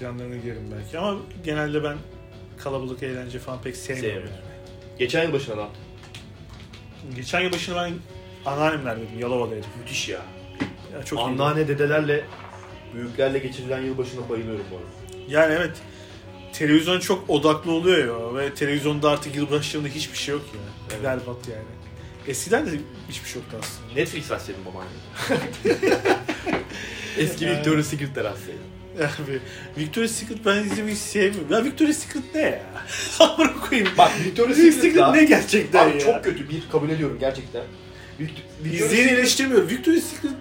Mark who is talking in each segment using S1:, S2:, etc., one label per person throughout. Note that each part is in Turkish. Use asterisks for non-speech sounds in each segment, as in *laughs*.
S1: Canlarını yerim belki ama genelde ben kalabalık eğlence falan pek sevmiyorum.
S2: Sevmiyorum.
S1: yani.
S2: Geçen yıl başına ne yaptın?
S1: Geçen yıl başını ben anneannemlerdeydim, Yalova'daydım.
S2: Müthiş ya.
S1: Ya çok iyiydi.
S2: Anneanne, dedelerle, büyüklerle geçirilen yılbaşına bayılıyorum bu arada.
S1: Yani evet. Televizyon çok odaklı oluyor ya ve televizyonda artık yılbaşlarında hiçbir şey yok ya.
S2: Evet.
S1: Berbat yani. Eskiden de hiçbir şey yoktu aslında. *laughs*
S2: Netflix açsaydın babaanne. *laughs* Eski Victoria's Secret'ler açsaydın.
S1: Yani Victoria's Secret ben izlemeyi sevmiyorum. Ya Victoria's Secret ne ya? *laughs* Amına koyayım.
S2: Bak Victoria's
S1: Victoria's
S2: Secret,
S1: Secret ne gerçekten
S2: Abi
S1: ya?
S2: çok kötü bir kabul ediyorum gerçekten. Vict- Victoria's
S1: İzleyeni eleştirmiyorum. Victoria's Secret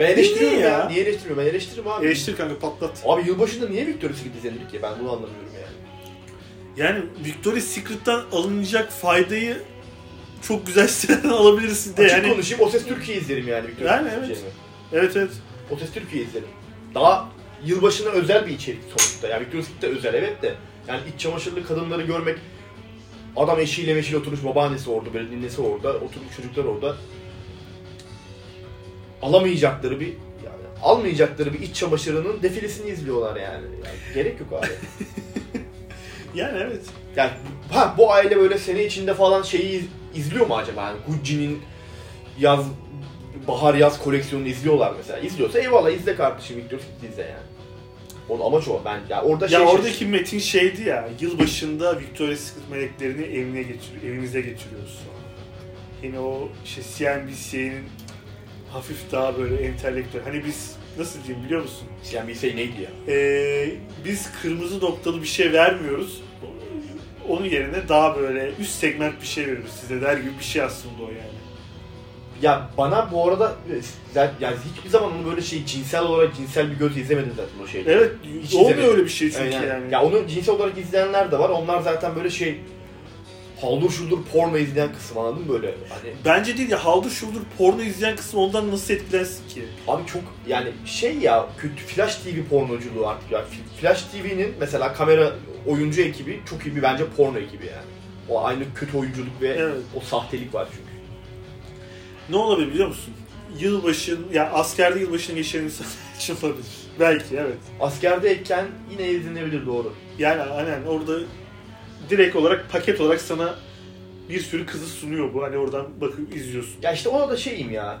S2: Ben eleştiriyorum
S1: Niye
S2: ya.
S1: ya?
S2: Niye eleştiriyorum? Ben eleştiririm abi.
S1: eleştir kanka patlat.
S2: Abi yılbaşında niye Victoria's Secret izlenir ki? Ben bunu anlamıyorum yani.
S1: Yani Victoria's Secret'tan alınacak faydayı çok güzel *laughs* siteden alabilirsin de
S2: Açık
S1: yani.
S2: konuşayım O Ses Türkiye izlerim yani Victoria's
S1: Yani
S2: Secret
S1: evet.
S2: izleyeceğime.
S1: Evet evet.
S2: O Ses Türkiye izlerim. Daha yılbaşına özel bir içerik sonuçta. Yani Victoria's Secret de özel evet de. Yani iç çamaşırlı kadınları görmek Adam eşiyle meşiyle oturmuş, babaannesi orada, böyle ninesi orada, oturmuş çocuklar orada. Alamayacakları bir, yani almayacakları bir iç çamaşırının defilesini izliyorlar yani. yani gerek yok abi.
S1: Yani evet.
S2: Yani ha, bu aile böyle sene içinde falan şeyi iz- izliyor mu acaba? Yani Gucci'nin yaz bahar yaz koleksiyonunu izliyorlar mesela. İzliyorsa eyvallah izle kardeşim Victor Fitz izle yani. Orada amaç o ben. Ya orada şey
S1: Ya oradaki metin şeydi ya, yılbaşında Victoria's Secret meleklerini evine getir, evinize getiriyoruz. Hani o işte CNBC'nin hafif daha böyle entelektüel. Hani biz nasıl diyeyim biliyor musun?
S2: yani bir şey neydi ya?
S1: Ee, biz kırmızı noktalı bir şey vermiyoruz. Onun yerine daha böyle üst segment bir şey veriyoruz size der gibi bir şey aslında o yani.
S2: Ya bana bu arada zaten yani hiçbir zaman onu böyle şey cinsel olarak cinsel bir gözle izlemedim zaten o şeyi.
S1: Evet,
S2: Hiç
S1: olmuyor
S2: izlemedim.
S1: öyle bir şey çünkü
S2: Aynen.
S1: yani.
S2: Ya onu cinsel olarak izleyenler de var. Onlar zaten böyle şey haldır şuldur porno izleyen kısım anladın mı böyle? Hani
S1: Bence değil ya, haldır şuldur porno izleyen kısım ondan nasıl etkilensin ki?
S2: Abi çok yani şey ya kötü Flash TV pornoculuğu artık ya. F- Flash TV'nin mesela kamera oyuncu ekibi çok iyi bir bence porno ekibi yani. O aynı kötü oyunculuk ve
S1: Evet.
S2: o sahtelik var çünkü.
S1: Ne olabilir biliyor musun? Yılbaşın, ya askerde yılbaşını geçiren insan *laughs* için olabilir. Belki evet.
S2: Askerdeyken yine izlenebilir doğru.
S1: Yani aynen orada direkt olarak paket olarak sana bir sürü kızı sunuyor bu. Hani oradan bakıp izliyorsun.
S2: Ya işte ona da şeyim ya.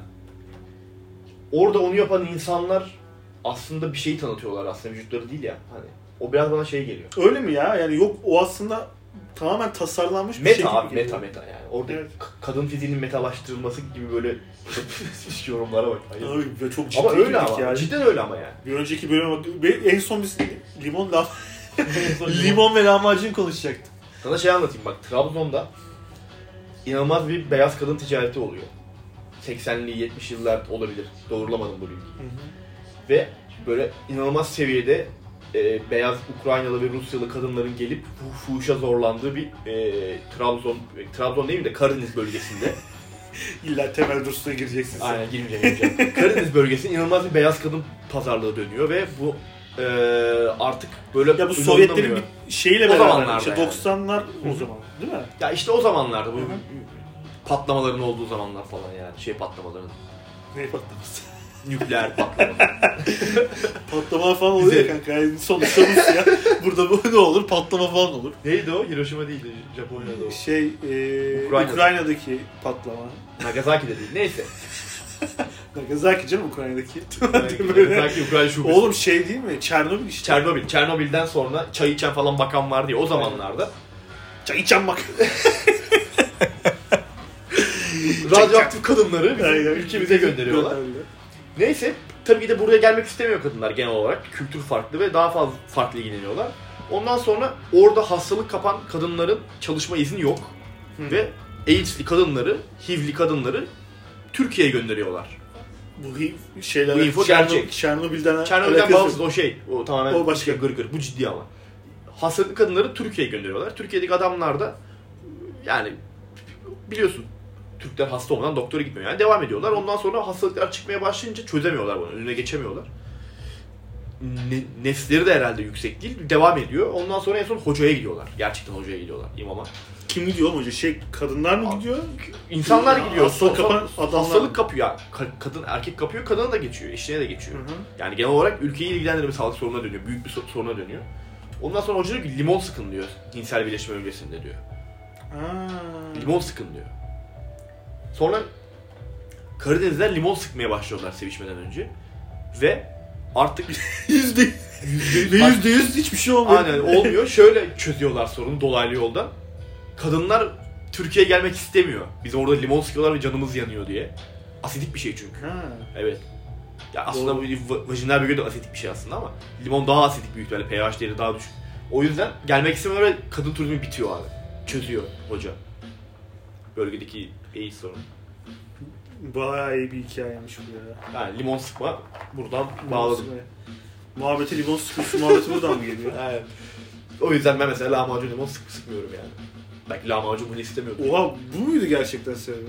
S2: Orada onu yapan insanlar aslında bir şeyi tanıtıyorlar aslında vücutları değil ya. Hani o biraz bana şey geliyor.
S1: Öyle mi ya? Yani yok o aslında tamamen tasarlanmış bir
S2: Meta
S1: şey gibi
S2: abi
S1: geliyor.
S2: meta meta yani. Orada
S1: Evet.
S2: k- kadın fiziğinin metalaştırılması gibi böyle *laughs* yorumlara bak. Hayır.
S1: Ay, ve çok ciddi
S2: Ama öyle
S1: girdik
S2: ama.
S1: ya.
S2: Cidden öyle ama yani.
S1: Bir önceki bölüme bak. bir- En son biz limon, la- limon ve lahmacun konuşacaktık.
S2: Sana şey anlatayım bak. Trabzon'da inanılmaz bir beyaz kadın ticareti oluyor. 80'li 70 yıllar olabilir. Doğrulamadım bu bilgiyi. Ve böyle inanılmaz seviyede e, beyaz Ukraynalı ve Rusyalı kadınların gelip fu- fuhuşa zorlandığı bir e, Trabzon, e, Trabzon değil mi de Karadeniz bölgesinde.
S1: İlla temel dursuna gireceksin sen.
S2: *laughs* Aynen girmeyeceğim. girmeyeceğim. *laughs* Karadeniz bölgesinde inanılmaz bir beyaz kadın pazarlığı dönüyor ve bu e, artık böyle
S1: Ya bu
S2: inanılamıyor.
S1: Sovyetlerin bir şeyiyle
S2: O
S1: beraber. hani
S2: zamanlarda
S1: Işte
S2: yani.
S1: 90'lar o
S2: Hı.
S1: zaman değil mi?
S2: Ya işte o zamanlarda bu
S1: Hı hı.
S2: patlamaların olduğu zamanlar falan yani şey patlamaların
S1: Ne
S2: *laughs*
S1: patlaması?
S2: nükleer patlamaları.
S1: Patlama falan oluyor ya
S2: Güzel.
S1: kanka. Yani sonuçta
S2: *laughs*
S1: Rusya. Burada bu ne olur? Patlama falan olur.
S2: *laughs* Neydi o? Hiroşima değildi, Japonya'da
S1: Şey, e,
S2: Ukrayna'da.
S1: Ukrayna'daki patlama.
S2: Nagasaki'de değil. Neyse.
S1: Nagasaki canım Ukrayna'daki. Böyle.
S2: *laughs* Nagasaki Ukrayna şubesi.
S1: Oğlum şey değil mi? Çernobil işte.
S2: Çernobil. Çernobil'den sonra çay içen falan bakan vardı ya o zamanlarda.
S1: Çay içen
S2: *laughs*
S1: bak.
S2: Radyoaktif kadınları bizim
S1: Aynen.
S2: ülkemize gönderiyorlar. Neyse tabii ki de buraya gelmek istemiyor kadınlar genel olarak. Kültür farklı ve daha fazla farklı ilgileniyorlar. Ondan sonra orada hastalık kapan kadınların çalışma izni yok.
S1: Hı.
S2: Ve AIDS'li kadınları, HIV'li kadınları Türkiye'ye gönderiyorlar.
S1: Bu hi- şeyler.
S2: Bu info
S1: Çerno-
S2: gerçek.
S1: Çernobil'den
S2: Çernobil'den
S1: alakası yok.
S2: bağımsız o şey. O tamamen
S1: O başka.
S2: gırgır. Bu ciddi ama. Hastalıklı kadınları Türkiye'ye gönderiyorlar. Türkiye'deki adamlar da yani biliyorsun Türkler hasta olmadan doktora gitmiyor. Yani devam ediyorlar. Ondan sonra hastalıklar çıkmaya başlayınca çözemiyorlar bunu. Önüne geçemiyorlar. ne- nefsleri de herhalde yüksek değil. Devam ediyor. Ondan sonra en son hocaya gidiyorlar. Gerçekten hocaya gidiyorlar imama.
S1: Kim gidiyor oğlum hoca? Şey kadınlar mı
S2: Abi,
S1: gidiyor?
S2: İnsanlar
S1: Ya,
S2: gidiyor.
S1: hastalık
S2: Hastalık-
S1: kapan- adamlar-
S2: Hastalık kapıyor. Ka- kadın erkek kapıyor, kadına da geçiyor, eşine de geçiyor.
S1: Hı hı.
S2: Yani genel olarak ülkeyi ilgilendiren bir sağlık sorununa dönüyor. Büyük bir so- soruna dönüyor. Ondan sonra hoca diyor ki limon sıkın diyor. Cinsel birleşme öncesinde diyor.
S1: Ha.
S2: Limon sıkın diyor. Sonra Karadenizler limon sıkmaya başlıyorlar sevişmeden önce. Ve
S1: *laughs*
S2: artık
S1: Yüzde
S2: %100
S1: ve yüzde yüz hiçbir şey olmuyor.
S2: Aynen olmuyor. Şöyle çözüyorlar sorunu dolaylı yoldan. Kadınlar Türkiye'ye gelmek istemiyor. Biz orada limon sıkıyorlar ve canımız yanıyor diye. Asidik bir şey çünkü.
S1: *laughs* Ha.
S2: Evet. Ya aslında
S1: Doğru.
S2: bu va- vajinal bölge de asidik bir şey aslında ama limon daha asidik büyük ihtimalle pH değeri daha düşük. O yüzden gelmek istemiyor ve kadın turizmi bitiyor abi. Çözüyor hoca. Bölgedeki AIDS sorunu.
S1: Bayağı iyi bir hikayeymiş bu ya.
S2: Yani limon sıkma buradan
S1: Limon
S2: bağladım.
S1: sıkmaya. Muhabbeti limon sıkıyorsun muhabbeti buradan mı geliyor?
S2: Evet. O yüzden ben mesela lahmacun limon sık sıkmıyorum yani. Belki lahmacun bunu istemiyor.
S1: Oha bu muydu gerçekten sebebi?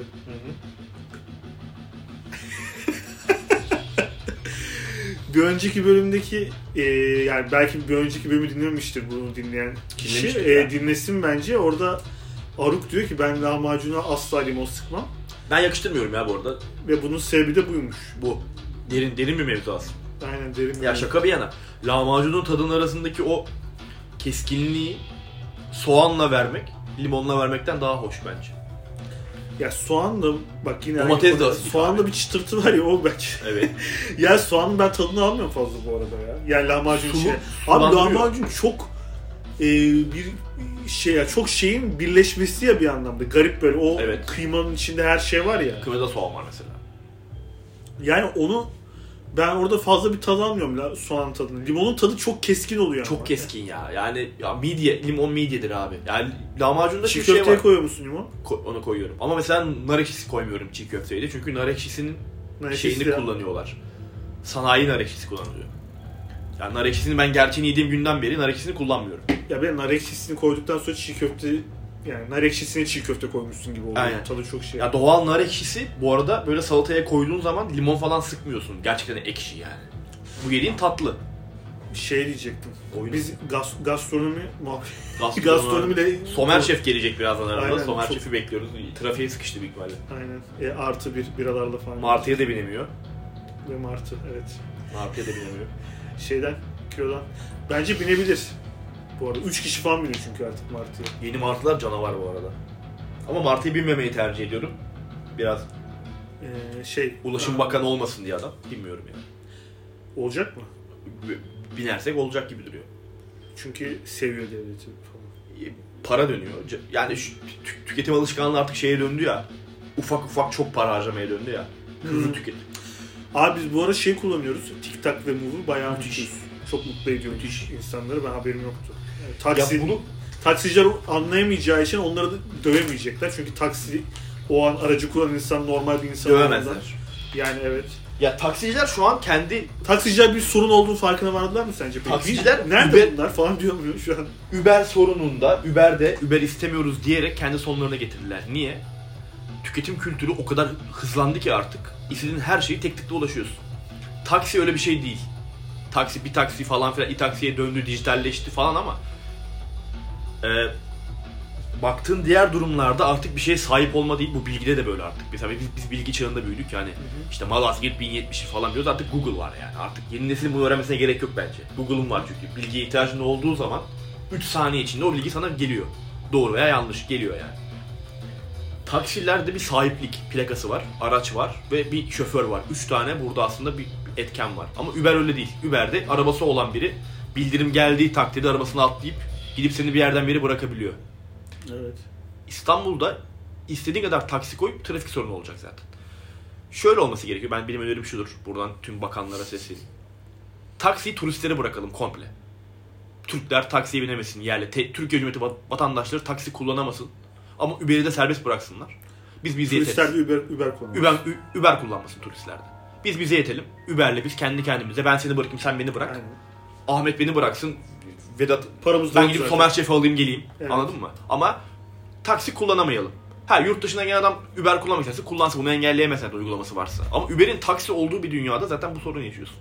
S1: Bir önceki bölümdeki e, yani belki bir önceki bölümü dinlememiştir bunu dinleyen kişi.
S2: Dinlemiştir
S1: E,
S2: ya.
S1: dinlesin bence. Orada Aruk diyor ki ben lahmacuna asla limon sıkmam.
S2: Ben yakıştırmıyorum ya bu arada.
S1: Ve bunun sebebi de buymuş.
S2: Bu derin derin bir mevzu aslında.
S1: Aynen derin.
S2: Ya şaka bir yana. Lahmacunun tadının arasındaki o keskinliği soğanla vermek, limonla vermekten daha hoş bence.
S1: Ya soğan da bak yine
S2: Domates de asit
S1: soğan da
S2: abi.
S1: bir çıtırtı var ya o bence.
S2: Evet.
S1: *laughs*
S2: *laughs*
S1: Ya soğanın ben tadını almıyorum fazla bu arada ya. Yani lahmacun
S2: Sulu-
S1: şey. Abi
S2: sulandırıyor.
S1: lahmacun çok e, bir şey ya çok şeyin birleşmesi ya bir anlamda. Garip böyle o
S2: Evet.
S1: kıymanın içinde her şey var ya.
S2: Kıvada soğan var mesela.
S1: Yani onu ben orada fazla bir tad almıyorum la, soğanın tadını. Limonun tadı çok keskin oluyor. ama.
S2: Çok keskin ya. Yani ya midye, limon midyedir abi. Yani lahmacunda
S1: Çiğ
S2: çünkü
S1: köfteye
S2: şey var.
S1: koyuyor musun limon?
S2: Ko- onu koyuyorum. Ama mesela nar ekşisi koymuyorum çiğ köfteye de. Çünkü nar ekşisinin
S1: Neyse,
S2: şeyini
S1: işte.
S2: kullanıyorlar. Sanayi nar ekşisi kullanılıyor. Yani nar ekşisini ben gerçeğini yediğim günden beri nar ekşisini kullanmıyorum.
S1: Ya ben nar ekşisini koyduktan sonra çiğ köfte yani nar ekşisine çiğ köfte koymuşsun gibi oluyor.
S2: Aynen.
S1: Tadı çok şey.
S2: Ya doğal nar ekşisi bu arada böyle salataya koyduğun zaman limon falan sıkmıyorsun. Gerçekten ekşi yani. Bu yediğin tatlı.
S1: Şey diyecektim.
S2: Oyun.
S1: Biz gas- gastronomi muhabbeti
S2: Gastronomi.
S1: Gastronomi de
S2: Somer Şef gelecek birazdan aramızda.
S1: Aynen,
S2: Somer
S1: çok-
S2: Şef'i bekliyoruz. Trafiğe sıkıştı büyük ihtimalle.
S1: *laughs* Aynen. E, artı bir biralarla falan.
S2: Martı'ya da binemiyor.
S1: Ve Martı evet.
S2: Martı'ya da binemiyor.
S1: Şeyden kilodan. Bence binebilir. Bu arada 3 kişi falan biniyor çünkü artık Martı'ya.
S2: Yeni Martılar canavar bu arada. Ama Martı'ya binmemeyi tercih ediyorum. Biraz
S1: Ee, şey
S2: Ulaşım Bakanı olmasın diye adam. Bilmiyorum yani.
S1: olacak mı?
S2: B- Binersek olacak gibi duruyor. E,
S1: Çünkü seviyor devleti falan.
S2: para dönüyor. C- Yani şu tü- tüketim alışkanlığı artık şeye döndü ya. Ufak ufak çok para harcamaya döndü ya. Hızlı
S1: Hı.
S2: tüketim.
S1: Abi biz bu ara şey kullanıyoruz. TikTok ve Movie bayağı
S2: Müthiş.
S1: müthiş. Çok mutlu ediyor
S2: Müthiş.
S1: insanları. Ben haberim yoktu. Yani
S2: Ya
S1: taksi,
S2: bunu
S1: Taksiciler anlayamayacağı için onları da dövemeyecekler. Çünkü taksi o an aracı kullanan insan normal bir insan. olduğundan.
S2: dövemezler.
S1: Yani evet.
S2: Ya taksiciler şu an kendi
S1: Taksiciler bir sorun olduğu farkına vardılar mı sence? peki?
S2: Taksiciler
S1: nerede
S2: Uber-
S1: bunlar falan diyor muyum şu an?
S2: Uber sorununda, Uber'de Uber istemiyoruz diyerek kendi sonlarına getirdiler. Niye? Tüketim kültürü o kadar hızlandı ki artık. İstediğin her şeyi tek tıkla ulaşıyorsun. Taksi öyle bir şey değil. Taksi bir taksi falan filan i taksiye döndü, dijitalleşti falan ama e, baktığın diğer durumlarda artık bir şeye sahip olma değil. Bu bilgide de böyle artık. Mesela biz, biz bilgi çağında büyüdük yani. İşte Malazgirt 1070 falan diyoruz artık Google var yani. Artık yeni neslin bunu öğrenmesine gerek yok bence. Google'un var çünkü. Bilgiye ihtiyacın olduğu zaman 3 saniye içinde o bilgi sana geliyor. Doğru veya yanlış geliyor yani. Taksilerde bir sahiplik plakası var, araç var ve bir şoför var. 3 tane burada aslında bir etken var. Ama Uber öyle değil. Uber'de arabası olan biri bildirim geldiği takdirde arabasını atlayıp gidip seni bir yerden bir yere bırakabiliyor.
S1: Evet.
S2: İstanbul'da istediğin kadar taksi koyup trafik sorunu olacak zaten. Şöyle olması gerekiyor. Ben benim önerim şudur. Buradan tüm bakanlara sesleneyim. Taksiyi turistlere bırakalım komple. Türkler taksiye binemesin yerli. Te- Türkiye Cumhuriyeti va- vatandaşları taksi kullanamasın. Ama Uber'i de serbest bıraksınlar. Biz bize
S1: Turistler de Uber, Uber kullanıyor.
S2: Uber, Ü- Uber kullanmasın turistlerde. Biz bize yetelim. Uber'le biz kendi kendimize. Ben seni bırakayım sen beni bırak.
S1: Aynen.
S2: Ahmet beni bıraksın. Vedat
S1: Paramız da
S2: ben
S1: yok
S2: gidip
S1: zaten.
S2: Somer Şef'i alayım geleyim.
S1: Evet.
S2: Anladın mı? Ama taksi kullanamayalım. Ha yurt dışından gelen adam Uber kullanmak isterse kullansın. Bunu engelleyemezsen de uygulaması varsa. Ama Uber'in taksi olduğu bir dünyada zaten bu sorunu yaşıyorsun.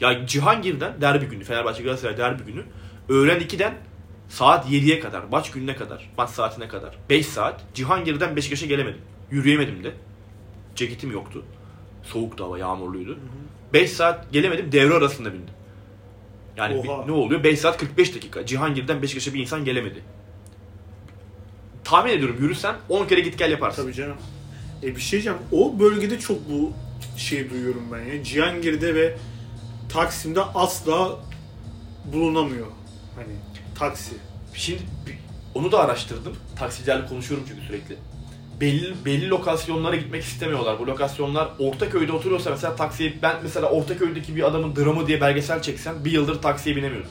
S2: Ya Cihangir'den derbi günü, Fenerbahçe Galatasaray derbi günü öğlen 2'den saat 7'ye kadar, maç gününe kadar, maç saatine kadar 5 saat Cihangir'den Beşiktaş'a gelemedim. Yürüyemedim de. Ceketim yoktu. Soğuktu hava, yağmurluydu. 5 saat gelemedim, devre arasında bindim. Yani
S1: Oha.
S2: bir- ne oluyor? 5 saat 45 dakika. Cihangir'den Beşiktaş'a bir insan gelemedi. Tahmin ediyorum yürüsen 10 kere git gel yaparsın.
S1: Tabii canım. E bir şey diyeceğim. O bölgede çok bu şey duyuyorum ben ya. Cihangir'de ve Taksim'de asla bulunamıyor. Hani taksi.
S2: Şimdi bi- onu da araştırdım. Taksicilerle konuşuyorum çünkü sürekli. Belli belli lokasyonlara gitmek istemiyorlar. Bu lokasyonlar Ortaköy'de oturuyorsa mesela taksiye ben mesela Ortaköy'deki bir adamın dramı diye belgesel çeksem bir yıldır taksiye binemiyordur.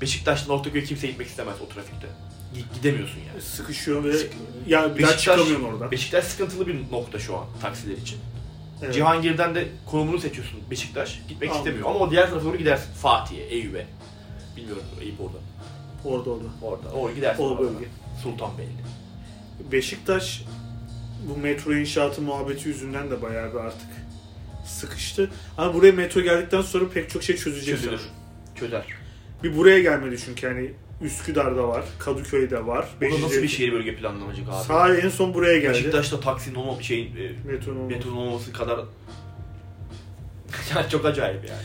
S2: Beşiktaş'tan Ortaköy'e kimse gitmek istemez o trafikte. Gi- Gidemiyorsun yani.
S1: Sıkışıyor ve ya bir daha
S2: Beşiktaş-
S1: çıkamıyorsun oradan.
S2: Beşiktaş sıkıntılı bir nokta şu an taksiler için.
S1: Evet.
S2: Cihangir'den de konumunu seçiyorsun Beşiktaş. Gitmek
S1: Anladım.
S2: istemiyor ama o diğer tarafa doğru gidersin. Fatih'e, Eyüp'e. Bilmiyorum Eyüp orada.
S1: Orada orada.
S2: Orada. Orada gidersin.
S1: O
S2: orada.
S1: bölge.
S2: Sultanbeyli.
S1: Beşiktaş bu metro inşaatı muhabbeti yüzünden de bayağı bir artık sıkıştı. Ama buraya metro geldikten sonra pek çok şey çözülecek.
S2: Çözülür.
S1: sanırım.
S2: Çözer.
S1: Bir buraya gelmedi çünkü hani Üsküdar'da var, Kadıköy'de var.
S2: Bu da nasıl
S1: Beşiktaş'ta-
S2: bir şehir bölge planlamacı abi?
S1: Sağ en son buraya geldi.
S2: Beşiktaş'ta taksinin olma şeyin e,
S1: Metronun
S2: metronun olmaması kadar *laughs* yani çok acayip yani.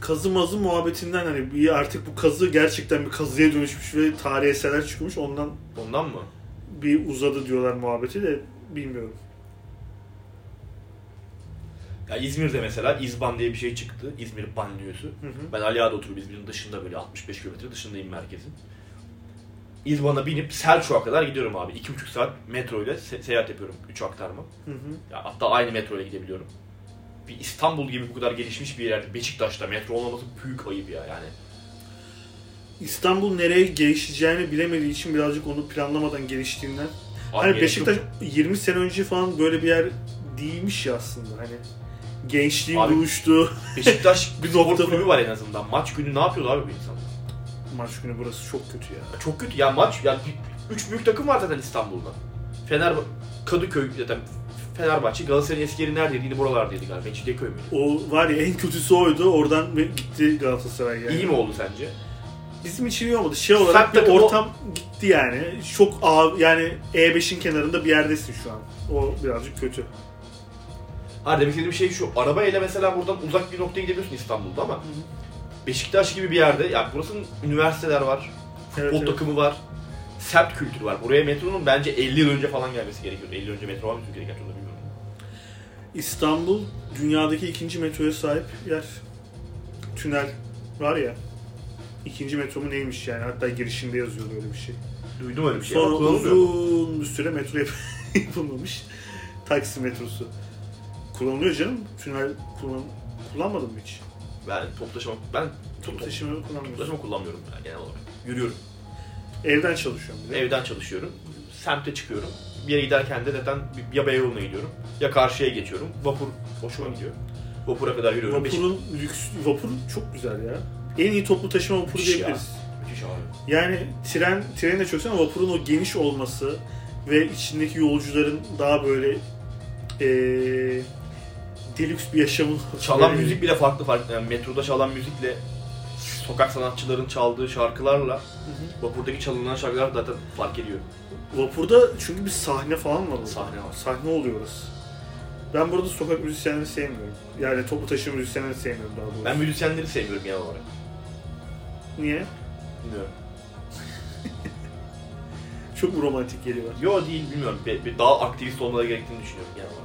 S1: kazı mazı muhabbetinden hani bir artık bu kazı gerçekten bir kazıya dönüşmüş ve tarihi eserler çıkmış. Ondan
S2: Ondan mı?
S1: bir uzadı diyorlar muhabbeti de bilmiyorum.
S2: Ya İzmir'de mesela İzban diye bir şey çıktı. İzmir banliyosu.
S1: Hı hı.
S2: Ben Ali Ağa'da oturup İzmir'in dışında böyle 65 kilometre dışındayım merkezin. İzban'a binip Selçuk'a kadar gidiyorum abi. 2,5 saat metro ile se- seyahat yapıyorum. 3 aktarma.
S1: Hı hı.
S2: Ya hatta aynı metro ile gidebiliyorum. Bir İstanbul gibi bu kadar gelişmiş bir yerde Beşiktaş'ta metro olmaması büyük ayıp ya yani.
S1: İstanbul nereye gelişeceğini bilemediği için birazcık onu planlamadan geliştiğinden.
S2: Abi
S1: hani
S2: gerek
S1: Beşiktaş
S2: yok.
S1: 20 sene önce falan böyle bir yer değilmiş ya aslında hani. Gençliğin
S2: Abi-
S1: duruştu.
S2: Beşiktaş
S1: Bir
S2: bir
S1: nokta
S2: spor kulübü var en azından. Maç günü ne yapıyorlar abi bu insanlar?
S1: *laughs* Maç günü burası çok kötü ya.
S2: Ya Çok kötü. Ya maç ya bir- üç büyük takım var zaten İstanbul'da. Fener Kadıköy zaten Fenerbahçe, Galatasaray'ın eski yeri neredeydi? Yine buralardaydı galiba. Mecidiyeköy müydü?
S1: O var ya en kötüsü oydu. Oradan bir gitti Galatasaray yani.
S2: İyi mi oldu sence?
S1: Bizim için iyi olmadı. Şey olarak
S2: Sert
S1: bir
S2: de o-
S1: ortam gitti yani. Çok ağ, yani E5'in kenarında bir yerdesin şu an. O birazcık kötü.
S2: Ha demek istediğim şey şu. Arabayla mesela buradan uzak bir noktaya gidebiliyorsun İstanbul'da ama Beşiktaş gibi bir yerde ya burasının üniversiteler var,
S1: Evet,
S2: futbol
S1: evet.
S2: takımı var, semt kültürü var. Buraya metronun bence 50 yıl önce falan gelmesi gerekiyordu. 50 yıl önce metro var mı Türkiye'de gerçi onu da bilmiyorum.
S1: İstanbul dünyadaki ikinci metroya sahip yer. Tünel var ya. İkinci metro mu neymiş yani? Hatta girişinde yazıyor öyle bir şey.
S2: Duydum öyle bir şey.
S1: Sonra
S2: ama kullanılmıyor mu?
S1: uzun bir süre metro *laughs* yap- yapılmamış. Taksim metrosu. Kullanılıyor canım. Tünel kullan kullanmadım mı hiç?
S2: Ben top taşıma, ben
S1: Top
S2: top, top,
S1: taşımaları kullanmıyorum.
S2: taşıma kullanmıyorum yani genel olarak. Yürüyorum.
S1: Evden çalışıyorum bir de.
S2: Evden çalışıyorum. Semte çıkıyorum. Bir yere giderken de zaten ya Beyoğlu'na gidiyorum ya karşıya geçiyorum. Vapur hoşuma gidiyor. Vapura kadar yürüyorum. Beşik-
S1: Vapurun lüks, vapur çok güzel ya. En iyi toplu taşıma vapuru
S2: Müthiş ya.
S1: diyebiliriz.
S2: Müthiş abi.
S1: Yani tren, treni de çok seviyorum ama vapurun o geniş olması ve içindeki yolcuların daha böyle eee delüks bir yaşamın Ee,
S2: Çalan müzik bile farklı farklı. Yani metroda çalan müzikle sokak sanatçıların çaldığı şarkılarla vapurdaki çalınan şarkılar zaten fark ediyor.
S1: Vapurda çünkü bir sahne falan var. orada.
S2: Sahne var.
S1: Sahne oluyor orası. Ben burada sokak müzisyenleri sevmiyorum. Yani toplu taşıma müzisyenleri sevmiyorum daha doğrusu.
S2: Ben müzisyenleri sevmiyorum genel olarak.
S1: Niye?
S2: Bilmiyorum.
S1: Çok mu romantik geliyor?
S2: Yo değil bilmiyorum. Bir, bir daha aktivist olmaları gerektiğini düşünüyorum genel olarak.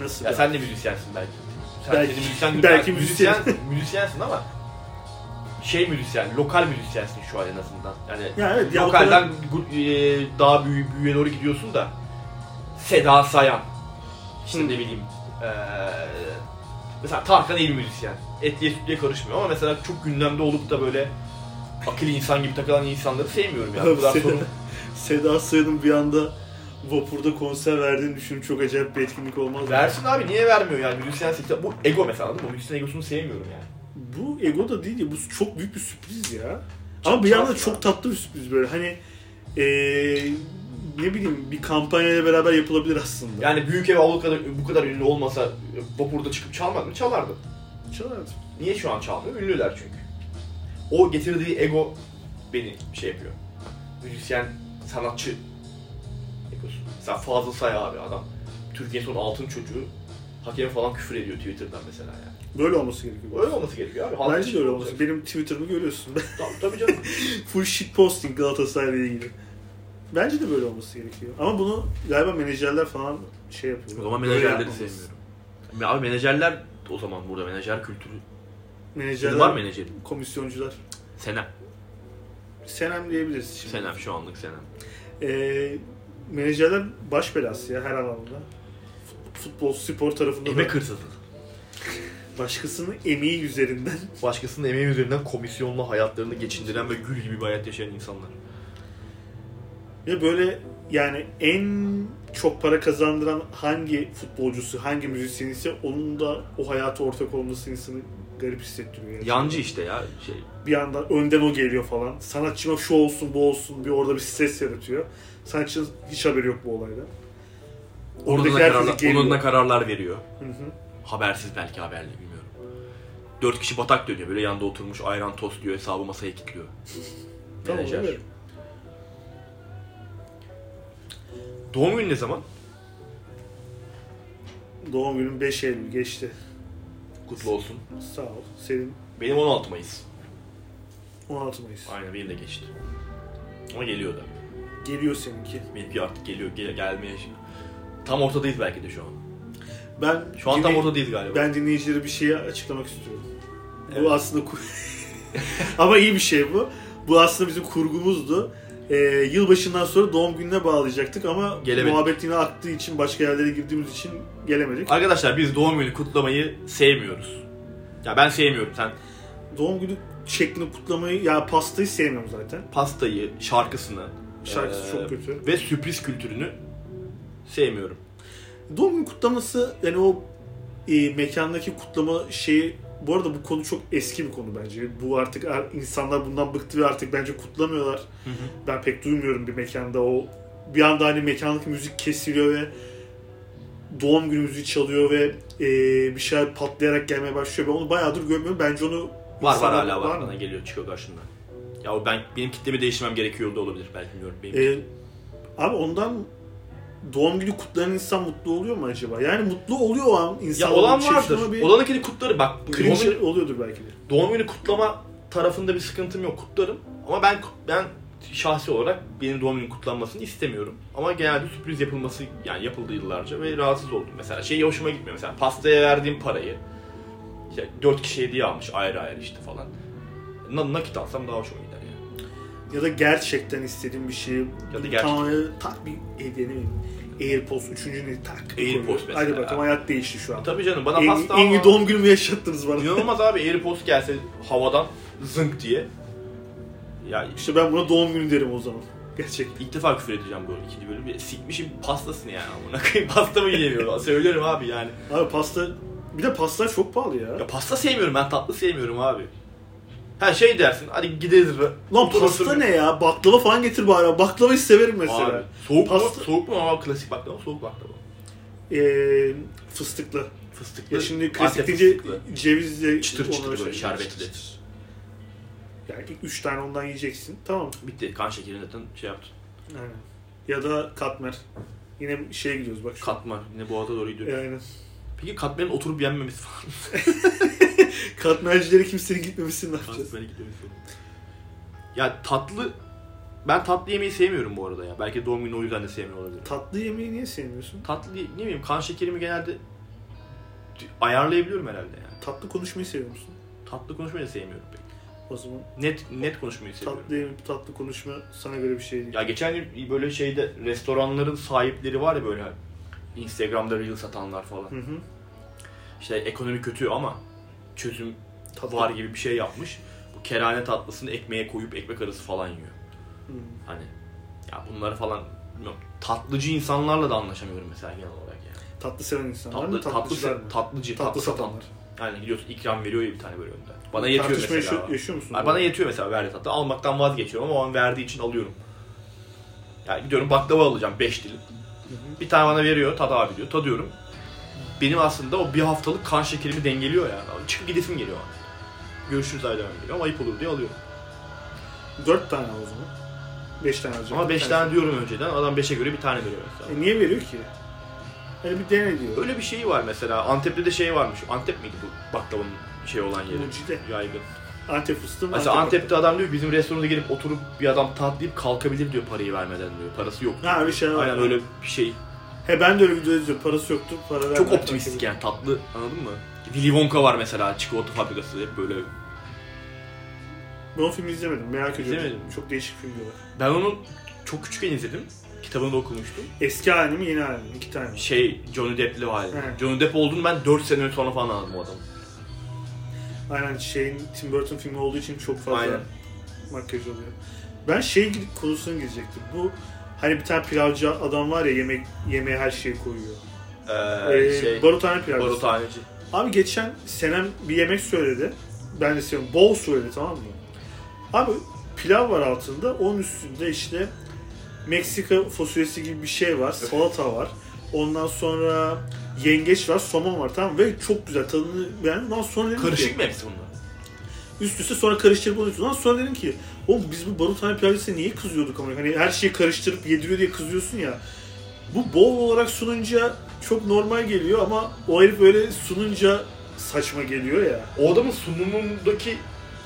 S1: Nasıl?
S2: Ya
S1: ya?
S2: sen de müzisyensin belki. Sen
S1: Belki-
S2: belki, müzisyen,
S1: belki
S2: müzisyen, müzisyensin ama şey müzisyen, lokal müzisyensin şu an en azından. Yani
S1: Ya evet, ya o
S2: lokalden gu- e, daha büyü, büyüğe doğru gidiyorsun da Seda Sayan, işte
S1: Hı.
S2: ne bileyim eee, mesela Tarkan iyi bir müzisyen. Etliye sütlüye karışmıyor ama mesela çok gündemde olup da böyle akıl insan gibi takılan insanları sevmiyorum yani. Bu kadar
S1: Seda-
S2: sorun.
S1: Seda Sayan'ın bir anda vapurda konser verdiğini düşünüp çok acayip bir etkinlik olmaz mı?
S2: Versin abi niye vermiyor yani müzisyen seçti. Bu ego mesela anladın mı? Müzisyen egosunu sevmiyorum yani.
S1: Bu ego da değil ya. Bu çok büyük bir sürpriz ya.
S2: Çok
S1: Ama bir yandan
S2: tuhaf ya.
S1: çok tatlı bir sürpriz böyle. Hani eee, ne bileyim bir kampanyayla beraber yapılabilir aslında.
S2: Yani büyük ev avlu kadar bu kadar ünlü olmasa e, vapurda çıkıp çalmaz mı? Çalardı.
S1: Çalardı.
S3: Niye şu an çalmıyor? Ünlüler çünkü. O getirdiği ego beni şey yapıyor. Müzisyen, sanatçı egosu. Mesela Fazıl Say abi adam. Türkiye'nin son altın çocuğu. Hakeme falan küfür ediyor Twitter'dan mesela yani.
S1: Böyle olması gerekiyor.
S3: Öyle olması gerekiyor abi. Halkın
S1: Bence de
S3: içinde
S1: öyle
S3: olacak.
S1: olması. Benim Twitter'ımı görüyorsun. *laughs*
S3: Tabii, tabii canım.
S1: Full shit posting Galatasaray'la ilgili. Bence de böyle olması gerekiyor. Ama bunu galiba menajerler falan şey yapıyor.
S2: O zaman
S1: Böyle
S2: menajerleri
S1: yapmaması.
S2: sevmiyorum. Ya Abi menajerler o zaman burada menajer kültürü.
S1: Menajerler,
S2: Senin var mı menajerin?
S1: komisyoncular.
S2: Senem.
S1: Senem diyebiliriz şimdi.
S2: Senem şu anlık Senem.
S1: Ee, menajerler baş belası ya her anlamda. Fut- Futbol, spor tarafında da
S2: Emek hırsızı.
S1: başkasının emeği üzerinden *laughs*
S3: Başkasının emeği üzerinden komisyonla hayatlarını geçindiren ve gül gibi bir hayat yaşayan insanlar.
S1: Ve böyle yani en çok para kazandıran hangi futbolcusu, hangi müzisyeni ise onun da o hayata ortak olması insanı garip hissettiriyor. Yani.
S2: Yancı işte ya şey.
S1: Bir yandan önden o geliyor falan. Sanatçıma şu olsun bu olsun bir orada bir stres yaratıyor. Sanatçının hiç haberi yok bu olayda.
S2: Onunla
S1: herkes
S2: kararlar,
S1: geliyor.
S2: onunla kararlar veriyor.
S1: Hı hı.
S2: Habersiz belki haberli bilmiyorum. Dört kişi batak dönüyor. Böyle yanında oturmuş ayran tost diyor. Hesabı masaya kilitliyor.
S1: Tamam,
S2: Menajer.
S1: evet.
S2: Doğum günü ne zaman?
S1: Doğum günüm 5 Eylül geçti.
S2: Kutlu olsun.
S1: Sağ ol. Senin
S2: Benim 16 Mayıs.
S1: 16 Mayıs.
S2: Aynen benim de geçti. Ama geliyor da.
S1: Geliyor seninki.
S2: Benimki artık geliyor. Gel, gelmeye şimdi. Tam ortadayız belki de şu an.
S1: Ben
S2: Şu an tam
S1: dinley-
S2: ortadayız galiba.
S1: Ben dinleyicilere bir şeyi açıklamak istiyorum.
S2: Evet.
S1: Bu aslında kur- *laughs* ama iyi bir şey bu. Bu aslında bizim kurgumuzdu. Ee, yılbaşından sonra doğum gününe bağlayacaktık ama
S2: Gelemedik.
S1: muhabbet yine aktığı için başka yerlere girdiğimiz için gelemedik.
S2: Arkadaşlar biz doğum günü kutlamayı sevmiyoruz. Ya ben sevmiyorum. Sen
S1: Doğum günü şeklini kutlamayı, ya pastayı sevmiyorum zaten.
S2: pastayı, şarkısını
S1: Şarkısı
S2: Ee,
S1: çok kötü.
S2: ve sürpriz kültürünü sevmiyorum.
S1: Doğum günü kutlaması yani o e, mekandaki kutlama şeyi bu arada bu konu çok eski bir konu bence. Bu artık er- insanlar bundan bıktı ve artık bence kutlamıyorlar. Ben pek duymuyorum bir mekanda o bir anda hani mekandaki müzik kesiliyor ve doğum günü müziği çalıyor ve e, bir şeyler patlayarak gelmeye başlıyor. Ben onu bayağıdır görmüyorum. Bence onu
S2: Var var
S1: insanlar-
S2: hala var.
S1: mı?
S2: Bana geliyor çıkıyor karşımdan. Ya o ben benim kitlemi değiştirmem gerekiyor da olabilir belki bilmiyorum. Benim
S1: E, abi ondan doğum günü kutlayan insan mutlu oluyor mu acaba? Yani mutlu oluyor o an insan.
S2: ya olan
S1: Onun için
S2: vardır.
S1: şuna Bir...
S2: Olanı kendi kutları bak. bu Doğum,
S1: Cringe
S2: günü-
S1: oluyordur belki de.
S2: doğum günü kutlama tarafında bir sıkıntım yok. Kutlarım. Ama ben kut- ben şahsi olarak benim doğum günü kutlanmasını istemiyorum. Ama genelde sürpriz yapılması yani yapıldı yıllarca ve rahatsız oldum. Mesela şey hoşuma gitmiyor. Mesela pastaya verdiğim parayı işte 4 kişi hediye almış ayrı ayrı işte falan. Na- nakit alsam daha hoşuma gider yani.
S1: Ya da gerçekten istediğim bir şeyi
S2: Ya da gerçek-
S1: tamamen tak bir hediye ne bileyim. Airpods üçüncünü tak.
S2: Airpods
S1: koyuyor.
S2: mesela.
S1: Hadi bakalım hayat değişti şu an.
S2: Tabii canım bana
S1: En,
S2: pasta
S1: en iyi
S2: ama-
S1: doğum günümü yaşattınız bana.
S2: İnanılmaz abi Airpods gelse havadan zınk diye. Ya
S1: *laughs* İşte ben buna doğum günü derim o zaman. Gerçek.
S2: ilk defa küfür edeceğim böyle ikinci bölümde. Sikmişim pastasını yani amına koyayım. Pasta mı
S1: *laughs*
S2: yiyemiyorum? Söylüyorum abi yani.
S1: Abi pasta bir de pasta çok pahalı ya.
S2: Ya pasta sevmiyorum ben tatlı sevmiyorum abi. Ha şey dersin hadi gideriz. be.
S1: Lan
S2: Otur
S1: pasta
S2: otur.
S1: ne ya? Baklava falan getir bari. Baklavayı severim
S2: Abi,
S1: mesela.
S2: soğuk
S1: Pasta-
S2: mu? Soğuk mu? Ama klasik baklava soğuk baklava.
S1: Ee, fıstıklı.
S2: Fıstıklı.
S1: Ya şimdi
S2: Antep
S1: klasik deyince
S2: fıstıklı.
S1: cevizle
S2: Çıtır çıtır
S1: onları
S2: böyle
S1: şey-
S2: şerbetli.
S1: Yani üç tane ondan yiyeceksin. Tamam.
S2: Bitti kan şekerini zaten şey yaptın.
S1: Aynen. Ya da katmer. Yine şeye gidiyoruz bak. şu an. E,
S2: Katmer yine boğaza doğru gidiyor.
S1: Aynen.
S2: Peki katmerin oturup yenmemesi falan.
S1: Katmercilere kimsenin gitmemesini ne yapacağız?
S2: Katmer'e gidiyor insan. Ya tatlı ben tatlı yemeği sevmiyorum bu arada ya. Belki doğum günü o yüzden de sevmiyor olabilir.
S1: Tatlı yemeği niye sevmiyorsun?
S2: Tatlı ne bileyim kan şekerimi genelde ayarlayabiliyorum herhalde yani.
S1: Tatlı konuşmayı seviyor musun?
S2: Tatlı konuşmayı da sevmiyorum pek.
S1: O zaman
S2: Net net konuşmayı seviyorum.
S1: tatlı yemek, tatlı konuşma sana göre bir şey değil.
S2: Ya geçen gün böyle şeyde restoranların sahipleri var ya böyle Instagram'da reel satanlar falan.
S1: Hı hı.
S2: İşte ekonomi kötü ama çözüm
S1: Tatlı.
S2: var gibi bir şey yapmış. Bu kerane tatlısını ekmeğe koyup ekmek arası falan yiyor.
S1: Hı.
S2: Hani ya bunları falan bilmiyorum. tatlıcı insanlarla da anlaşamıyorum mesela genel olarak yani.
S1: Tatlı seven insanlar
S2: Tatlı,
S1: mı?
S2: tatlı,
S1: Tatlıcılar mı?
S2: tatlıcı, tatlı,
S1: tatlı
S2: satan.
S1: satanlar.
S2: Yani gidiyorsun ikram veriyor ya bir tane böyle önden. Bana yetiyor
S1: Tartışma
S2: mesela.
S1: yaşıyor, yaşıyor musun?
S2: Ay, bana yetiyor mesela verdi tatlı. Almaktan vazgeçiyorum ama o an verdiği için alıyorum. Yani gidiyorum baklava alacağım 5 dilim.
S1: hı.
S2: Bir tane bana veriyor tat abi diyor. Tadıyorum. Benim aslında o bir haftalık kan şekerimi dengeliyor yani. Çıkıp gidesim geliyor.
S4: Görüşürüz ailem diyor ama ayıp olur diye alıyorum.
S1: Dört tane al o zaman. Beş tane alacak.
S4: Ama
S1: Bir
S4: 5
S1: tanesi.
S4: tane diyorum önceden. Adam 5'e göre bir tane veriyor mesela.
S1: E niye veriyor ki? Hani bir dene diyor.
S4: Öyle bir şey var mesela. Antep'te de şey varmış. Antep miydi bu baklavanın şey olan yeri?
S1: Mucide.
S4: Yaygın.
S1: Antep fıstığı mı?
S4: Mesela
S1: Antep
S4: Antep'te adam diyor bizim restorana gelip oturup bir adam tatlayıp kalkabilir diyor parayı vermeden diyor. Parası yok.
S1: Ha, öyle şeyler var.
S4: Aynen öyle bir şey.
S1: He ben de öyle video izliyorum. Parası yoktu. Para vermedi.
S4: Çok optimistik yani tatlı anladın mı? Willy Wonka var mesela çikolata fabrikası hep böyle.
S1: Ben o filmi izlemedim. Merak ediyorum.
S4: İzlemedim.
S1: Çok değişik filmler var.
S4: Ben onu çok küçükken izledim. Kitabını da okumuştum.
S1: Eski hali mi yeni hali mi? İki tane. mi?
S4: Şey Johnny Depp'li o halde.
S1: Hı.
S4: Johnny Depp olduğunu ben 4 sene sonra falan anladım o adamı.
S1: Aynen şeyin Tim Burton filmi olduğu için çok fazla
S4: Aynen.
S1: makyaj oluyor. Ben şey gidip konusuna girecektim. Bu hani bir tane pilavcı adam var ya yemek yemeğe her şeyi koyuyor.
S4: Ee,
S1: Ee,
S4: şey
S1: barutane pilavcısı.
S4: Baruthaneci.
S1: Abi geçen Senem bir yemek söyledi. Ben de seviyorum. Bol söyledi tamam mı? Abi pilav var altında. Onun üstünde işte Meksika fasulyesi gibi bir şey var. Salata var. Ondan sonra yengeç var, somon var tamam mı? Ve çok güzel tadını beğendim. Ondan sonra dedim ki-
S4: Karışık mı hepsi bunlar?
S1: Üst üste sonra karıştırıp onu Ondan sonra dedim ki oğlum biz bu barutane pilavcısına niye kızıyorduk ama hani her şeyi karıştırıp yediriyor diye kızıyorsun ya. Bu bol olarak sununca çok normal geliyor ama o herif öyle sununca saçma geliyor ya.
S2: O adamın sunumundaki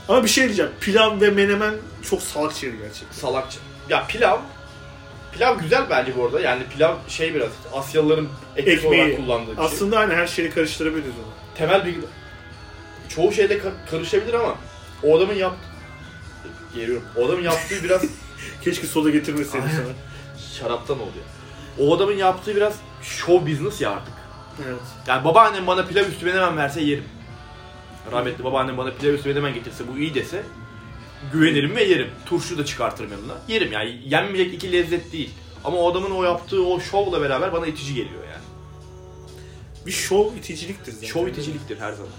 S1: Ama bir şey diyeceğim. Pilav ve menemen çok salak şeydi gerçekten.
S2: salakça. Ya pilav, pilav güzel bence bu arada. Yani pilav şey biraz Asyalıların ekmek
S1: Ekmeği.
S2: olarak kullandığı bir şey.
S1: Aslında hani her şeyi karıştırabiliriz onu.
S2: Temel bir gıda. Çoğu şeyde kar- karışabilir ama o adamın yaptığı... Geliyorum. O adamın yaptığı biraz
S1: Keşke soda getirmeseydim sana.
S2: şaraptan oldu ya.
S4: O adamın yaptığı biraz show business ya artık.
S1: Evet.
S4: Yani babaannem bana pilav üstü menemen verse yerim. Rahmetli babaannem bana pilav üstü menemen getirse bu iyi dese güvenirim ve yerim. Turşu da çıkartırım yanına. Yerim yani yenmeyecek iki lezzet değil. Ama o adamın o yaptığı o şovla beraber bana itici geliyor yani.
S1: Bir şov iticiliktir zaten.
S4: Şov iticiliktir her zaman.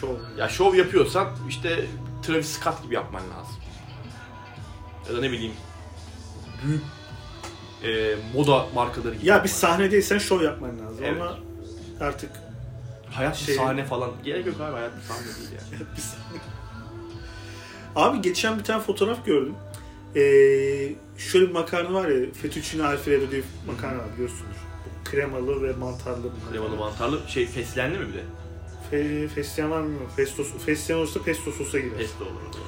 S1: Şov.
S4: Ya şov yapıyorsan işte Travis Scott gibi yapman lazım. Ya da ne bileyim büyük e, moda markaları gibi.
S1: Ya
S4: yapman
S1: bir sahnedeysen şov yapman lazım
S4: Evet.
S1: ama artık
S4: Hayat bir
S1: şey-
S4: sahne falan. Gerek yok abi hayat bir sahne değil
S1: *laughs*
S4: yani.
S1: Bir saniye. Abi geçen bir tane fotoğraf gördüm. Ee, şöyle bir makarna var ya, fettuccine alfredo diye bir makarna var biliyorsunuz. Bu kremalı ve mantarlı bir makarna.
S4: Kremalı mantarlı şey fesleğenli mi bir de?
S1: Fe, fesleğen var mı bilmiyorum. Festo, fesleğen olursa pesto sosa girer.
S4: Pesto olur o zaman.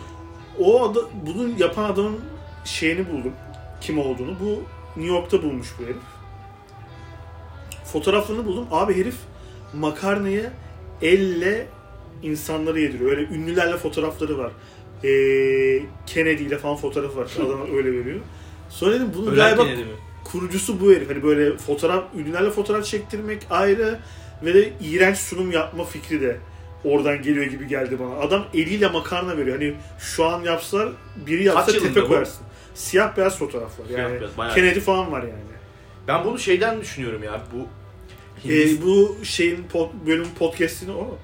S1: O ada, bunu yapan adamın şeyini buldum. Kim olduğunu. Bu New York'ta bulmuş bu herif. Fotoğraflarını buldum. Abi herif makarnayı elle insanlara yediriyor. Öyle ünlülerle fotoğrafları var. Ee, Kennedy ile falan fotoğrafı var. Adam öyle veriyor. Sonra dedim bunun
S4: Ölen
S1: galiba
S4: Kennedy mi?
S1: kurucusu bu herif. Hani böyle fotoğraf, ünlülerle fotoğraf çektirmek ayrı ve de iğrenç sunum yapma fikri de oradan geliyor gibi geldi bana. Adam eliyle makarna veriyor. Hani şu an yapsalar biri yapsa
S4: Kaç yılında
S1: tepe
S4: bu?
S1: koyarsın. Siyah beyaz fotoğraflar
S4: Siyah
S1: yani.
S4: beyaz, Şey bayağı.
S1: Kennedy falan var yani.
S4: Ben bunu şeyden düşünüyorum ya *laughs* bu
S1: Ee, bu şeyin pod, bölüm podcast'ini o mu?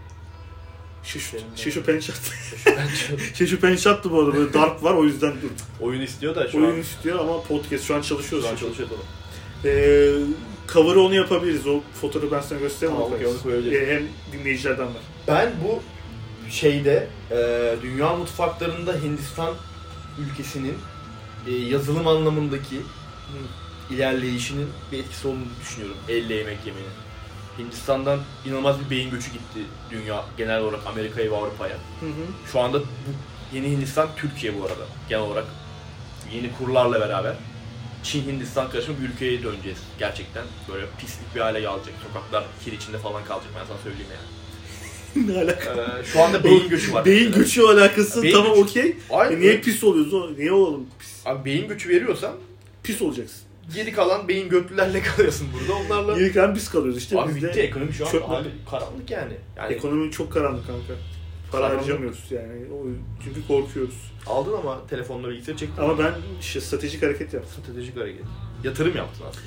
S1: Şişu,
S2: Benim de.
S1: Şişu *laughs* Pençat.
S4: şey.
S1: Şişu Pençat'tı bu arada. Böyle darp var o yüzden
S4: oyun istiyor da şu
S1: oyun
S4: an
S1: istiyor ama podcast şu an çalışıyoruz.
S4: şu an
S1: Şişu.
S4: çalışıyor da.
S1: Ee, cover'ı onu yapabiliriz. O fotoğrafı ben sana göstereyim.
S2: Tamam,
S1: onu
S2: okey, onu
S1: koyarız.
S2: koyabiliriz.
S1: Ee, hem dinleyicilerden var.
S2: Ben bu şeyde e, dünya mutfaklarında Hindistan ülkesinin e, yazılım anlamındaki ilerleyişinin bir etkisi olduğunu düşünüyorum. Elle yemek yemenin. Hindistan'dan inanılmaz bir beyin göçü gitti dünya genel olarak Amerika'ya ve Avrupa'ya.
S1: Hı hı.
S2: Şu anda bu yeni Hindistan Türkiye bu arada genel olarak. Yeni kurlarla beraber Çin Hindistan karışımı bir ülkeye döneceğiz. Gerçekten böyle pislik bir hale gelecek. Sokaklar kir içinde falan kalacak ben sana söyleyeyim yani.
S1: *laughs* ne alaka?
S2: Ee, şu *laughs* anda beyin göçü var.
S1: Beyin
S2: mesela.
S1: göçü alakası
S2: Beyin
S1: tamam
S2: göçü.
S1: okey.
S2: Ay,
S1: E niye pis oluyoruz? oğlum? Niye olalım pis?
S2: Abi beyin göçü veriyorsan
S1: Pis olacaksın.
S2: geri kalan beyin götlülerle *laughs* kalıyorsun burada. Onlarla
S1: Gelirken biz kalıyoruz işte.
S2: Abi
S1: biz de
S2: bitti ekonomi şu an
S1: çöp-
S2: hali karanlık yani. Yani
S1: ekonomi çok karanlık kanka. Para
S2: Karanlık.
S1: harcamıyoruz yani. O, çünkü korkuyoruz.
S2: aldın ama telefonla bilgisayarı çektin.
S1: Ama ben işte stratejik hareket yaptım.
S2: Stratejik hareket. Yatırım yaptın aslında.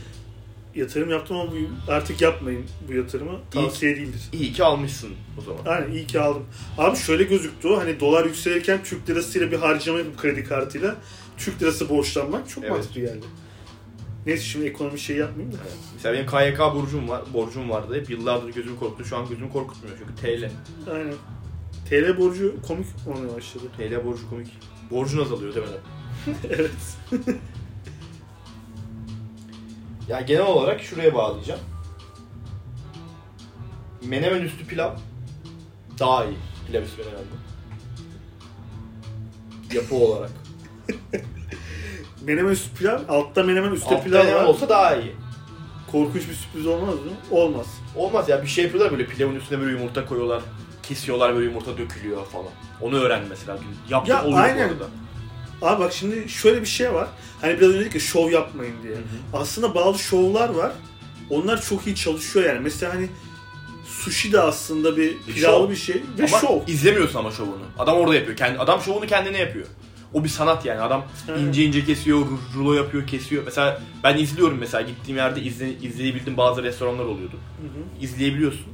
S1: Yatırım yaptım ama bu- artık yapmayın bu yatırımı. Tavsiye değildir.
S2: İyi ki almışsın o zaman.
S1: Aynen iyi ki aldım. Abi şöyle gözüktü o hani dolar yükselirken Türk lirasıyla bir harcama yapıp kredi kartıyla Türk lirası borçlanmak çok
S2: Evet.
S1: mantıklı geldi. Neyse şimdi ekonomi şey yapmayayım da.
S2: Mesela benim KYK borcum var, borcum vardı. Hep yıllardır gözümü korkuttu. Şu an gözümü korkutmuyor çünkü TL.
S1: Aynen. TL borcu komik olmaya başladı. *laughs*
S2: TL borcu komik. Borcun azalıyor demeden.
S1: evet.
S5: Ya genel olarak şuraya bağlayacağım. Menemen üstü pilav daha iyi. Pilav üstü menemenden. Yapı olarak.
S1: Menemen üstü pilav, altta menemen üstte
S5: Altta
S1: pilav
S5: menemen
S1: var.
S5: olsa daha iyi.
S1: Korkunç bir sürpriz olmaz mı? Olmaz.
S5: Olmaz ya bir şey yapıyorlar böyle pilavın üstüne böyle yumurta koyuyorlar. Kesiyorlar böyle yumurta dökülüyor falan. Onu öğren mesela. Yaptık
S1: Ya,
S5: oluyor
S1: aynen.
S5: bu arada.
S1: Abi bak şimdi şöyle bir şey var. Hani biraz önce dedik ya şov yapmayın diye. Aslında bazı şovlar var. Onlar çok iyi çalışıyor yani. Mesela hani sushi de aslında bir
S5: Bir
S1: pilavlı
S5: şov.
S1: bir şey ve
S2: Ama
S1: şov.
S2: izlemiyorsun ama şovunu. Adam orada yapıyor. Kendi, adam şovunu kendine yapıyor. O bir sanat yani. Adam
S1: Evet.
S2: ince ince kesiyor, ru- rulo yapıyor, kesiyor. Mesela ben izliyorum mesela gittiğim yerde izle, izleyebildiğim bazı restoranlar oluyordu.
S1: Hı hı.
S2: İzleyebiliyorsun.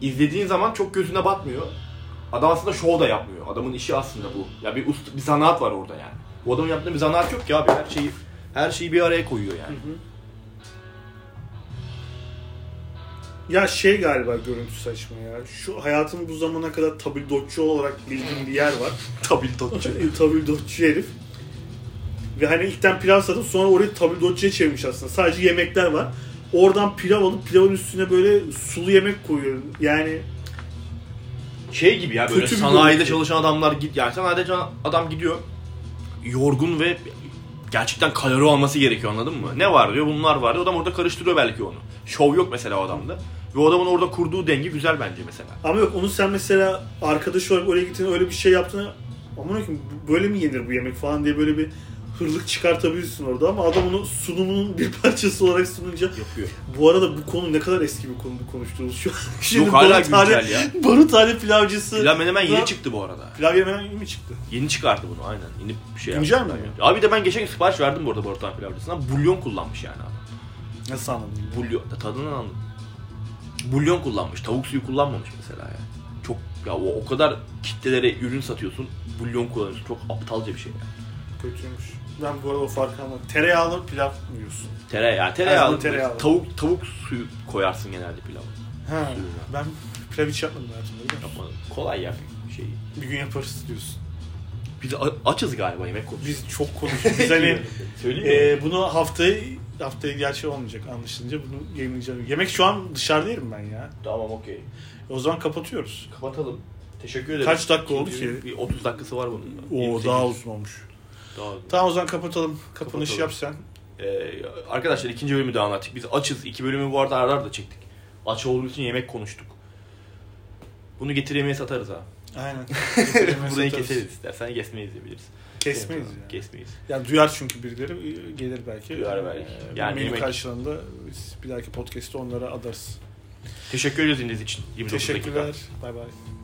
S2: İzlediğin zaman çok gözüne batmıyor. Adam aslında şov da yapmıyor. Adamın işi aslında bu. Ya bir ust, bir zanaat var orada yani. Bu adamın yaptığı bir zanaat yok ki abi. Her şeyi her şeyi bir araya koyuyor yani.
S1: Ya şey galiba görüntü saçma ya. Şu hayatım bu zamana kadar tabildotçu olarak bildiğim bir yer var. *laughs*
S2: Tabildotçu.
S1: tabildotçu herif. Ve hani ilkten pilav satıp sonra orayı tabildotçuya çevirmiş aslında. Sadece yemekler var. Oradan pilav alıp pilavın üstüne böyle sulu yemek koyuyor. Yani
S2: şey gibi ya böyle
S1: Kötü bir
S2: sanayide
S1: görüntü.
S2: çalışan adamlar git yani sanayide çalışan adam gidiyor yorgun ve gerçekten kalori alması gerekiyor anladın mı? Ne var diyor bunlar var diyor adam orada karıştırıyor belki onu. Şov yok mesela o adamda. Ve o adamın orada kurduğu denge güzel bence mesela.
S1: ama yok onu sen mesela arkadaş olarak oraya gittiğinde öyle bir şey yaptığını aman koyayım bu- böyle mi yenir bu yemek falan diye böyle bir hırlık çıkartabilirsin orada ama adam onu sunumunun bir *laughs* parçası olarak sununca
S2: Yapıyor.
S1: Bu arada bu konu ne kadar eski bir konu bu konuştuğumuz şu an. Şimdi
S2: yok hala
S1: barut hane-
S2: güncel ya.
S1: Barut hane pilavcısı.
S2: Pilav Menemen
S1: Ya-
S2: yeni çıktı bu arada.
S1: Pilav yemeğe mi çıktı?
S2: Yeni çıkardı bunu aynen. Yeni bir şey
S1: Güncel
S2: yaptı.
S1: mi ya?
S2: Abi de ben geçen gün sipariş verdim bu arada Borutan Pilavcısı'na. Bulyon kullanmış yani adam.
S1: Nasıl anladın?
S2: Bulyon, tadını anladım. Bulyon kullanmış. Tavuk suyu kullanmamış mesela ya. Çok ya o, o kadar kitlelere ürün satıyorsun. Bulyon kullanıyorsun. Çok aptalca bir şey ya.
S1: Kötüymüş. Ben bu arada o farkı anladım. Tereyağlı pilav mı yiyorsun?
S2: Tereyağı, tereyağlı.
S1: Azgın tereyağlı.
S2: Tavuk tavuk suyu koyarsın genelde pilava.
S1: He.
S2: Suyuna.
S1: Ben pilav hiç yapmadım hayatımda. biliyor musun?
S2: Yapmadım. Kolay ya şey.
S1: Bir gün yaparız diyorsun.
S2: Biz a- açız galiba yemek konusunda.
S1: Biz çok konuştuk. Biz *laughs* hani
S2: Söyleyeyim
S1: e,
S2: mi?
S1: bunu haftaya haftaya gerçi olmayacak anlaşılınca bunu yayınlayacağım. Yemek şu an dışarıda yerim ben ya.
S5: Tamam okey.
S1: O zaman kapatıyoruz.
S5: Kapatalım. Teşekkür ederim.
S1: Kaç dakika oldu ki?
S2: Bir 30 dakikası var bunun.
S1: Oo
S2: 28.
S1: daha uzun olmuş.
S2: Daha
S1: Tamam o zaman kapatalım. Kapanış
S2: Kapatalım.
S1: yap sen.
S2: Ee, arkadaşlar ikinci bölümü de anlattık. Biz açız. İki bölümü bu arada ara ara da çektik. Aç olduğu için yemek konuştuk. Bunu getir yemeğe
S1: *laughs*
S2: satarız ha.
S1: Aynen.
S2: *laughs* Burayı keseriz istersen kesmeyi izleyebiliriz.
S1: Kesmeyiz yani.
S2: Kesmeyiz.
S1: Yani duyar çünkü birileri gelir belki.
S2: Duyar belki.
S1: Yani
S2: Yani
S1: benim
S2: yemek-
S1: karşılığında biz bir dahaki podcast'te onlara adarız.
S2: Teşekkür ediyoruz dinlediğiniz için. 29 dakika.
S1: Teşekkürler. Bay bay.